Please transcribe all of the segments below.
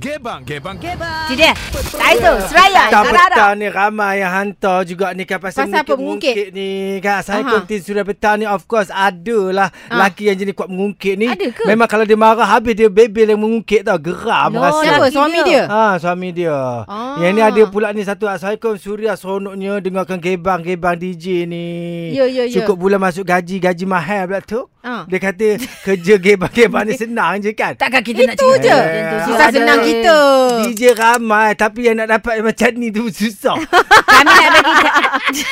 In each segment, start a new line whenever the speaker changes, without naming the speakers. Gebang, gebang.
Gebang.
Itu dia. Title Seraya.
Tak
Sarara.
petang ni ramai yang hantar juga ni kan pasal,
Pasal apa? Mengungkit?
mengungkit ni kan. Saya
Aha.
konten sudah petang ni of course adalah
Ah.
lelaki yang jenis kuat mengungkit ni.
Ada ke?
Memang kalau dia marah habis dia bebel yang mengungkit tau. Geram
Loh,
rasa.
Oh, Siapa?
lelaki
Suami
dia.
dia?
Ha, suami dia.
Ah.
Yang ni ada pula ni satu Assalamualaikum Suria seronoknya dengarkan gebang-gebang DJ ni.
Ya, ya, ya.
Cukup bulan masuk gaji, gaji mahal pula tu.
Ah.
Dia kata kerja gebang-gebang ni senang je kan.
Takkan kita nak
Itu
cerita.
je.
macam tu.
Susah
Ada-
senang kita.
DJ ramai tapi yang nak dapat macam ni tu susah.
Kami nak bagi.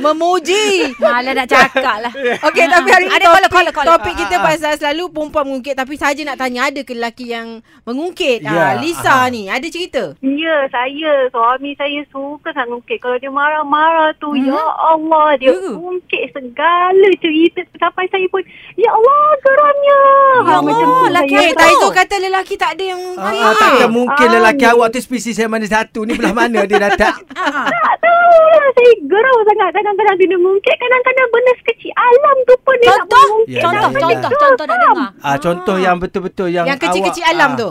Memuji.
Malah nak cakap lah.
Okey tapi hari ni
Ada
topik,
caller, caller, caller.
topik kita pasal selalu perempuan mengungkit tapi saja nak tanya ada ke lelaki yang mengungkit?
Ya,
Yeah. Ha, Lisa
ah.
ni ada cerita.
Ya, saya suami saya suka sangat ngungkit. Kalau dia marah-marah tu, hmm? ya Allah, dia
Ya.
yeah. ngungkit segala cerita tu sampai saya pun, ya Allah, geramnya.
Oh,
Ha,
Ya Allah, laki
Okay,
Okey,
eh,
tahu.
Taizo kata lelaki tak ada yang
Ah,
mengungkit.
ah, takkan mungkin
Ah,
lelaki
ni.
awak tu spesies yang mana satu ni belah mana dia datang.
Tak tahu lah, saya geram sangat. Kadang-kadang dia ngungkit, kadang-kadang benda sekecil alam tu pun dia nak
Contoh,
mengungkit.
Ya,
contoh,
ya, ya.
contoh, contoh nak dengar.
Ah, contoh yang betul-betul yang
yang kecil-kecil
awak,
alam
ah,
tu.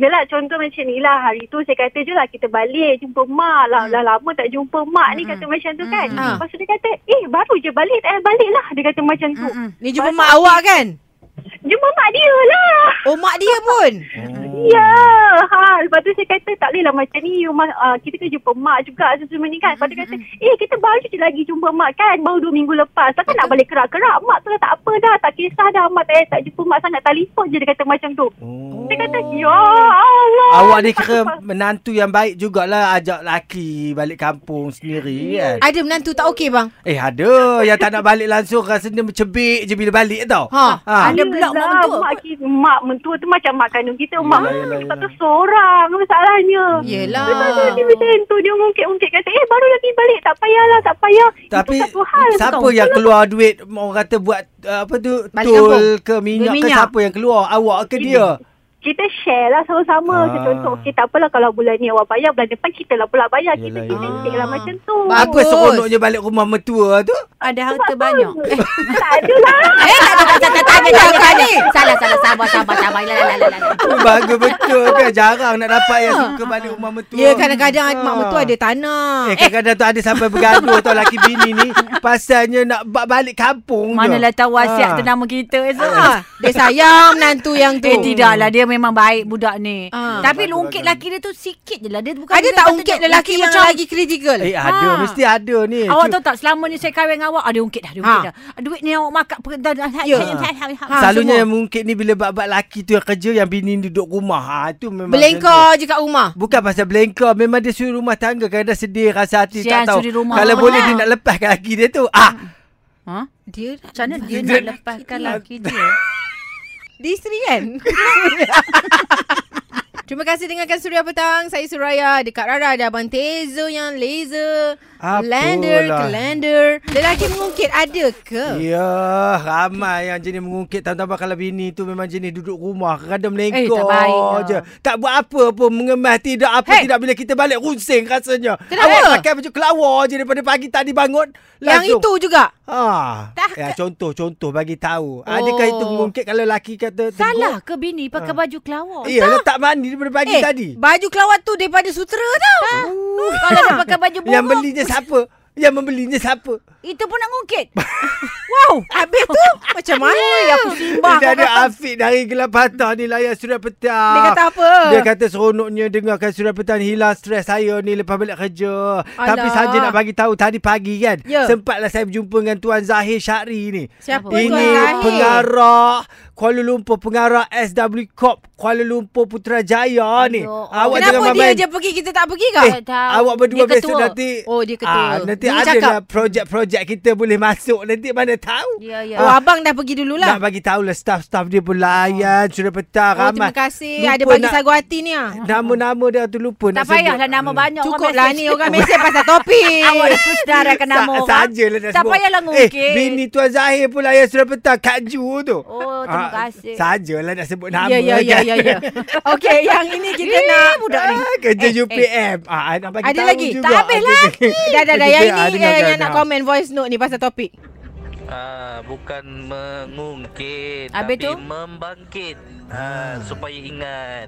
Yalah contoh macam ni lah Hari tu saya kata je lah Kita balik Jumpa mak lah
Hmm.
Dah lama tak jumpa mak ni Kata macam tu kan
Mm-mm.
Lepas tu dia kata Eh baru je balik Eh balik lah Dia kata macam tu
Hmm,
Ni jumpa mak awak kan?
Jumpa mak dia lah
Oh mak dia pun.
Eh. Hmm.
Ya ha, Lepas tu saya kata Tak boleh lah macam ni you, ma- uh, Kita kena jumpa mak juga Semua ni kan Lepas tu
Hmm.
kata Eh kita baru je lagi jumpa mak kan Baru dua minggu lepas Takkan nak balik kerak-kerak Mak tu dah tak apa dah Tak kisah dah Mak tak, payah- tak jumpa mak sangat Telefon je dia kata macam tu
Oh.
Dia kata Ya Allah
Awak ni kira menantu yang baik jugalah ajak laki balik kampung sendiri kan.
Ada menantu tak okey bang?
Eh ada yang tak nak balik langsung rasa dia mencebik je bila balik tau.
Ha.
Ha.
Ada pula mak
Yelah,
mentua.
Ya lah, Mak, kita, mak mentua tu macam mak kandung kita. Mak
Yelah, yelah,
tak tu
yelah.
seorang masalahnya.
Yelah.
Lepas tu dia macam tu. Dia mungkit-mungkit kata, eh baru lagi balik. Tak payahlah, tak payah.
Tapi
Itu satu hal.
siapa
tau.
yang keluar duit orang kata buat uh, apa tu
Balik
tol
kampung.
ke minyak,
Duit
ke
minyak.
siapa yang keluar awak ke dia?
Kita share lah sama-sama.
Ah.
Macam contoh, okay, tak apalah kalau bulan ni awak bayar. Bulan depan kita lah pula bayar. Kita
Yelah,
kita
yelah.
cek lah macam tu.
Bagus.
Apa seronoknya balik rumah mertua tu?
Ada harta banyak.
Eh, tak ada lah.
Eh, tak tak tak tak tanya tanya tanya. Salah salah sabar sabar sabar. La la la la.
Oh, Bagus betul kan Jarang nak dapat yang suka balik rumah mertua
Ya kadang-kadang
Ah.
mak mentua ada tanah.
Eh kadang-kadang tu ada sampai bergaduh tau laki bini ni Pasalnya nak ba- balik kampung
Manalah tahu wasiat tu
tenang
nama kita
Ah,
esok.
Ha, dia sayang menantu yang tu.
Eh tidaklah dia memang baik budak ni.
Ah.
Tapi
Bagus,
lungkit
bagus.
laki dia tu sikit je lah. Dia bukan
Ada
dia
tak
kata
ungkit
dia-
lelaki yang
macam-
lagi kritikal?
Eh ada
Ha.
Mesti ada ni
Awak
Cu-
tahu tak selama ni saya kahwin dengan awak ada ungkit dah, ada ungkit
Ha.
dah. Duit ni awak makan per- dah, dah, dah,
Ya.
dah- dah- dah-
Ha,
Selalunya
semua.
yang mungkin ni Bila bab-bab laki tu yang kerja Yang bini ni duduk rumah ha, Itu memang macam
Belengkar je kat rumah.
tu. Bukan pasal belengkar Memang dia suri rumah tangga Kadang-kadang sedih Rasa hati
Sian,
tak tahu
suri rumah.
Kalau
Ah,
boleh
benar.
dia nak lepaskan laki dia tu Ah,
Ha?
Dia
Macam mana dia
Dia- lah.
nak lepaskan laki dia?
Dia isteri kan? Terima kasih dengarkan Suria Petang. Saya Suraya. Dekat Rara ada Abang Tezo yang laser.
Apalah.
Lander, calendar. Lelaki mengungkit ada ke?
Ya, ramai yang jenis mengungkit tambah kalau bini tu memang jenis duduk rumah, kadang
Eh,
melengkar
tak baik lah.
je. Tak buat apa pun, mengemas tidak apa
Hey.
hey. tidak bila kita balik rusing rasanya.
Kenapa?
Awak pakai baju kelawar je daripada pagi tadi bangun.
yang itu juga.
Ha.
Tak
Ya,
ke-
contoh-contoh bagi tahu. Adakah itu
Oh.
mengungkit kalau laki kata tegur?
Salah ke bini
Ah.
pakai baju kelawar?
Iya, tak? tak mandi daripada pagi
Eh,
tadi. Ha.
baju kelawat tu daripada sutera tau.
Oh, Kalau dia pakai baju bohong,
Yang belinya siapa? Yang membelinya siapa?
itu pun nak ngungkit.
Wow, habis tu macam mana aku simbah
Kita
kau
ada
kata.
Afiq dari Gelap Patah ni layan surat petang.
Dia kata apa?
Dia kata seronoknya dengarkan surat petang hilang stres saya ni lepas balik kerja.
Alah.
Alah. Tapi saja nak bagi tahu tadi pagi kan.
Ya.
Sempatlah saya berjumpa dengan Tuan Zahir Syari ni.
Siapa
Ini
Tuan Zahir?
pengarah Kuala Lumpur pengarah SW Corp Kuala Lumpur Putrajaya ni.
Aduh.
Awak
Kenapa
jangan
dia
main-main.
je pergi kita tak pergi kau?
Eh,
tahu.
awak berdua
Dia
besok
ketua.
nanti
Oh, dia ketua.
Ah, nanti
Dia
ada
cakap.
lah projek-projek kita boleh masuk nanti mana tahu. Ah.
Ya, ya.
Oh, abang dah pergi dululah.
Nak bagi tahulah staff-staff dia pun layan oh. sudah petang
Oh,
ramai.
terima kasih.
Lupa
Ada bagi
nak-
sagu hati ni ah.
Nama-nama dia tu lupa
Tak
nak sebut.
payahlah nama
Hmm.
banyak orang
Cukup lah
message.
ni orang mesej pasal topik.
Awak dah sedarakan nama
Sa-
orang.
Sajalah nak
Tak
sebut.
payahlah ngungkit.
Eh, bini Tuan Zahir pun layan sudah petang Kak Ju tu.
Oh, terima
Ah,
kasih.
Sajalah nak sebut nama. kan?
Ya, ya, ya, ya, ya. Okey, yang ini kita nak...
Budak ni. Ah, Kerja
Eh, eh.
UPM. Ah, nak bagi
Ada
tahu
lagi?
juga. Ah,
Tak habis
Okey,
lagi.
okey.
Dah, dah, dah.
Okey,
Yang
okey, ah,
ini
dengar,
eh, yang
dengar.
nak komen voice note ni pasal topik.
Ah, bukan mengungkit
Habis
Habis tapi
tu?
tu? membangkit.
ha, supaya ingat.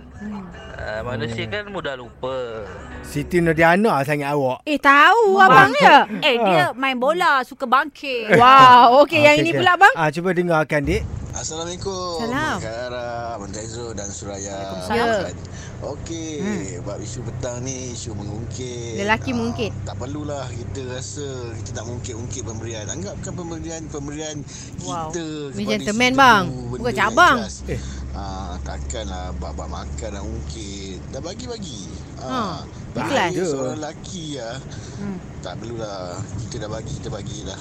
Ha, manusia kan mudah lupa.
Siti Nurdiana sangat awak.
Eh tahu abang ya.
Eh dia main bola Suka bangkit
Wow, okey
Ah,
yang
okey,
ini
okey.
pula bang.
Ah cuba dengarkan dik.
Assalamualaikum.
Salam.
Kak Ara, Abang Zaizul dan Suraya. Kan?
Waalaikumsalam.
Okey, hmm. bab isu petang ni isu mengungkit. Ah,
Lelaki mengungkit.
Tak perlulah kita rasa kita nak mengungkit-ungkit pemberian. Anggapkan pemberian pemberian
Wow.
kita
Ni
kepada
gentleman,
setiap
bang.
ibu, benda
Bukan
yang
cabang.
jelas.
Eh.
Ah, takkanlah bab-bab makan dan ungkit. Dah bagi-bagi.
Ha,
Ah, bagi
ikhlas. Hmm.
seorang lelaki ah. Tak perlulah. Kita dah bagi, kita bagilah.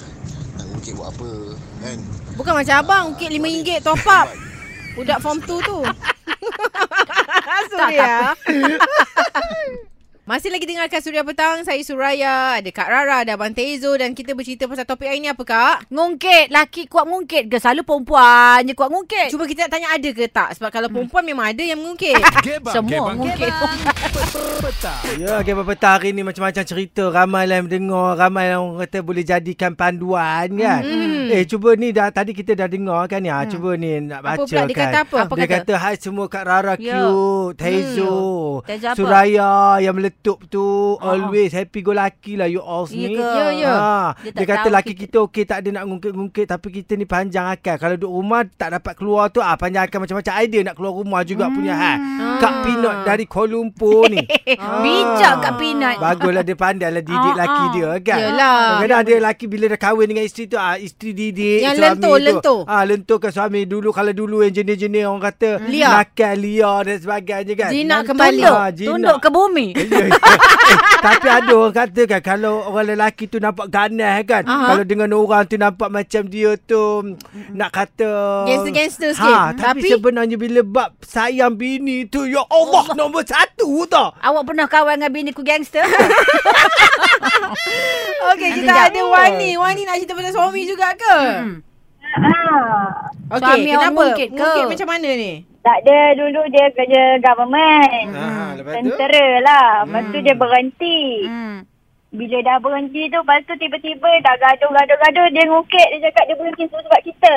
Nak ungkit buat apa kan?
Bukan macam abang ukit RM5 top up. Budak form 2 tu. Surya. Masih lagi dengarkan Surya Petang. Saya Suraya. Ada Kak Rara, ada Abang Tezo. Dan kita bercerita pasal topik hari ni apa Kak?
Ngungkit Laki kuat ngungkit ke Selalu perempuan je kuat ngungkit
Cuba kita nak tanya ada ke tak? Sebab kalau perempuan memang ada yang mengungkit.
Semua ngungkit
Ya, okay, petang hari ni macam-macam cerita. Ramai lah yang mendengar. Ramai lah orang kata boleh jadikan panduan kan. Mm. Eh, cuba ni dah tadi kita dah dengar kan ya. Mm. Cuba ni nak baca
Apa pula?
kan.
Dia kata apa? Apa
Dia
kata?
kata, hai semua Kak Rara
Ya.
cute. Tezo.
Hmm. Tezo apa?
Suraya yang meletup tu. Always happy go lucky lah you all
Ya
ni.
ke?
Ya, ya.
Ha.
Dia
Dia,
tak
kata
tahu
laki
kita-
kita okey tak ada nak ngungkit-ngungkit. Tapi kita ni panjang akal. Kalau duduk rumah tak dapat keluar tu. Ah, panjang akal macam-macam idea nak keluar rumah juga punya. Ha. Kak Pinot dari Kuala Lumpur ni.
Ah. Bijak Kak Pinat
Baguslah dia pandai lah didik
Ah,
laki
ah.
dia kan.
Yelah.
Kadang-kadang ada lelaki bila dah kahwin dengan isteri tu, ah, isteri didik
Yang
suami
lentur,
tu.
lentur.
Ah, lentur ke suami dulu kalau dulu yang jenis-jenis orang kata
Hmm. Liar.
nakal liar dan sebagainya kan.
Jinak kembali.
Tunduk
Ah, jinak.
Tunduk ke bumi
Ya, ya. eh, tapi ada orang kata kan kalau orang lelaki tu nampak ganas kan
Aha.
kalau dengan orang tu nampak macam dia tu nak kata
Gangster-gangster sikit.
ha, tapi,
Tapi-
sebenarnya bila bab sayang bini tu ya Allah, nombor satu tau
Awak pernah kawan dengan bini ku gangster?
Okey, kita
Nanti jap.
ada Wani. Wani nak cerita pasal suami juga ke?
Ah.
Okey,
Suami orang
kenapa?
mungkit ke?
Mungkit macam mana ni?
Tak ada dulu dia kerja government.
Hmm.
Ah, lepas tu?
kan?
Hmm.
Tentera lah. Lepas tu dia berhenti.
hmm.
Bila dah berhenti tu, lepas tu tiba-tiba dah gaduh-gaduh-gaduh, dia ngukit. Dia cakap dia berhenti semua sebab kita.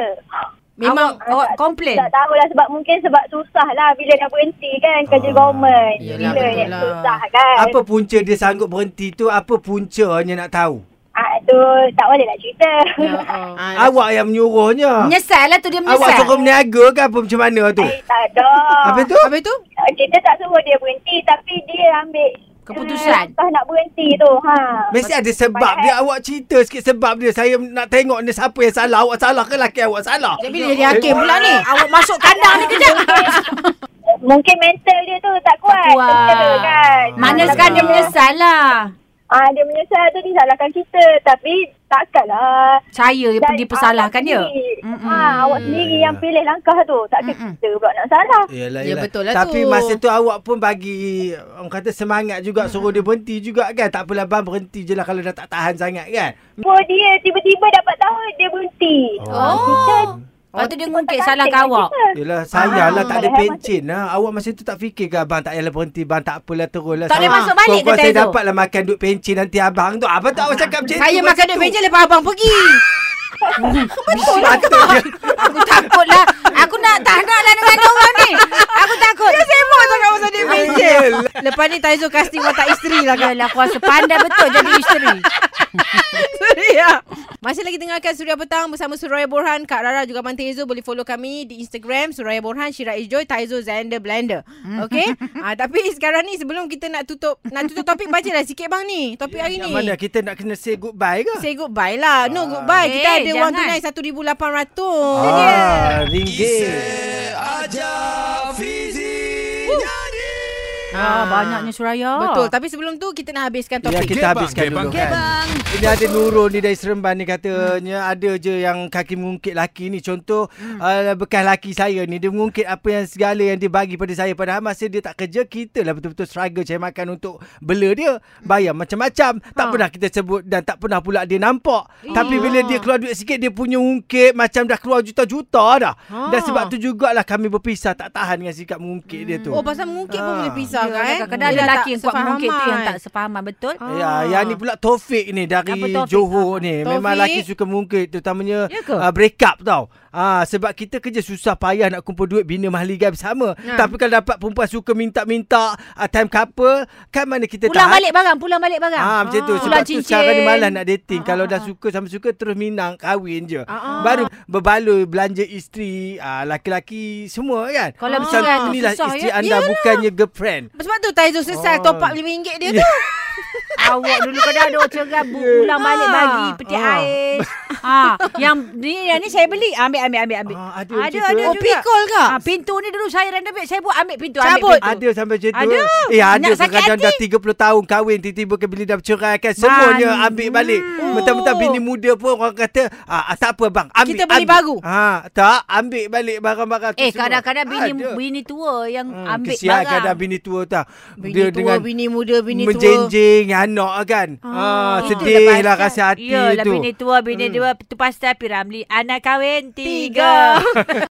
Memang awak, awak komplain.
Tak tahulah sebab mungkin sebab susah lah bila dah berhenti kan
Ah,
kerja government.
yelah,
bila
betul
yang
lah.
susah kan.
Apa punca dia sanggup berhenti tu? Apa puncanya nak tahu?
Ah, tu tak boleh nak cerita.
Ya.
Ah,
Awak yang menyuruhnya.
Menyesal lah tu dia menyesal.
Awak suruh meniaga ke apa macam mana tu?
Eh, tak ada.
Apa tu?
Habis tu?
Kita tak suruh dia berhenti tapi dia ambil
Keputusan.
Tak nak berhenti tu. Ha.
Mesti ada sebab dia. Awak cerita sikit sebab dia. Saya nak tengok ni siapa yang salah. Awak salah ke lelaki awak salah?
Dia bila jadi hakim pula ni.
Awak masuk kandang ni kejap.
Mungkin mental dia tu tak kuat.
kuat.
Tentera kan.
Mana
Ah,
sekarang dia
tapi-
menyesal lah.
Ah, dia menyesal tu disalahkan kita. Tapi takkanlah.
Saya yang
Dan
pergi persalahkan
awak
dia.
sendiri.
Mm-mm.
Ha, awak sendiri yang pilih langkah tu. Takkan
Mm-mm.
kita pula nak salah.
Yalah,
Ya, betul lah
Tapi
tu.
masa tu awak pun bagi orang kata semangat juga suruh dia berhenti juga kan. Tak apalah bang berhenti je lah kalau dah tak tahan sangat kan.
Pun dia tiba-tiba dapat tahu dia berhenti.
Oh. Lepas tu dia ngungkit
Otak
salah
katik
kawak.
kita.
Yelah sayang lah
Ah.
tak ada
Padahal
pencin lah. Awak masa tu tak fikir ke abang tak payahlah berhenti bang tak apalah terus lah.
Tak boleh
Sama-
masuk balik ke
Kau saya
Tezo?
dapatlah makan duit pencin nanti abang tu. Abang tak awak cakap macam
Saya makan duit meja lepas abang pergi.
betul lah.
Aku takut lah. Aku nak tak nak lah dengan dia orang ni. Aku takut. Dia sibuk sangat pasal dia
meja.
Lepas ni Taizo casting watak isteri lah kan.
Yalah aku rasa pandai betul jadi isteri.
Surya. Masih lagi dengarkan Surya Petang bersama Suraya Borhan, Kak Rara juga Abang Tezo. Boleh follow kami di Instagram Suraya Borhan, Syira Ijoy, Taizo Zander Blender. Okay? ah, tapi sekarang ni sebelum kita nak tutup nak tutup topik, bacalah sikit bang ni. Topik hari
Yang
ni.
mana kita nak kena say goodbye ke?
Say goodbye lah. No goodbye. Kita
Eh,
ada wang
jangan.
tunai RM1,800.
Ah, ringgit.
Ah, banyaknya Suraya.
Betul. Tapi sebelum tu kita nak habiskan
Ya,
topik.
kita habiskan dulu kan. Ini ada Nurul ni dari Seremban ni katanya ada je yang kaki mengungkit laki ni. Contoh
Hmm.
uh, bekas laki saya ni dia mengungkit apa yang segala yang dia bagi pada saya padahal masa dia tak kerja kita lah betul-betul struggle cari makan untuk bela dia.
Hmm.
Bayar macam-macam.
Ha.
Tak pernah kita sebut dan tak pernah pula dia nampak. Tapi bila dia keluar duit sikit dia punya mungkit macam dah keluar juta-juta dah. Dan
Ha.
sebab tu jugalah kami berpisah tak tahan dengan sikap mengungkit dia tu.
Oh pasal mungkin pun
Ah.
boleh pisah
Ya,
kan?
Kadang-kadang ada
Yelah,
lelaki
tak
yang kuat mengungkit tu yang
sefahaman.
tak sefahaman betul.
Ya, yang ni pula Taufik ni dari
Ah. Apa Taufik? Ah,
Johor ni.
Taufik?
Memang lelaki suka mungkit terutamanya
Ya ke?
uh, break up tau. Ah sebab kita kerja susah payah nak kumpul duit bina mahligai bersama.
Ha.
Tapi kalau dapat perempuan suka minta-minta ah, time couple, kan mana kita
Pulang
tahan?
balik barang, pulang balik barang.
Ah, macam tu.
Ah.
Sebab
Pulang
tu sekarang ni
cincin.
malas nak dating.
Ah,
Kalau
ah,
dah
ah.
suka sama suka terus minang kahwin je.
Ah, ah.
Baru berbaloi belanja isteri, ah laki-laki semua kan.
Kalau
Macam
bersurat,
tu inilah
susah,
isteri
ya?
anda bukannya girlfriend.
Sebab tu Taizo sesal
Oh. Ya.
oh. top up RM5 dia tu.
Awak dulu kau dah ada cerai pulang balik
Ah.
bagi peti
Ah.
air. Ha, yang ni yang ni saya beli. Ambil ambil ambil ambil.
Ah, ada
Ada
macam tu,
ada
eh?
Oh,
juga.
pikul ke?
Ah, pintu ni dulu saya random ambil. Saya buat ambil pintu
Cabut.
ambil pintu.
Ada sampai macam tu.
Ada.
Eh ada
Nak sakit
kadang-kadang dah 30 tahun kahwin tiba-tiba ke bila dah bercerai kan semuanya
Bang.
ambil balik. Mentang-mentang bini muda pun orang kata ah, ah, tak apa bang ambil
Kita beli
ambil.
baru.
Ha tak ambil balik barang-barang tu
Eh
semua.
kadang-kadang bini
Ada.
bini tua yang
Hmm,
ambil
kesian
barang.
kadang bini tua tak.
Bini
Dia
tua,
dengan
bini muda, bini tua.
menjenjing anak kan.
Ah,
Ah,
itu
sedih
lepas
lah
kan.
rasa hati
Yelah,
tu. Hmm.
bini tua, bini dua. Tu pasal P. Ramli. Anak kahwin tiga.
Tiga.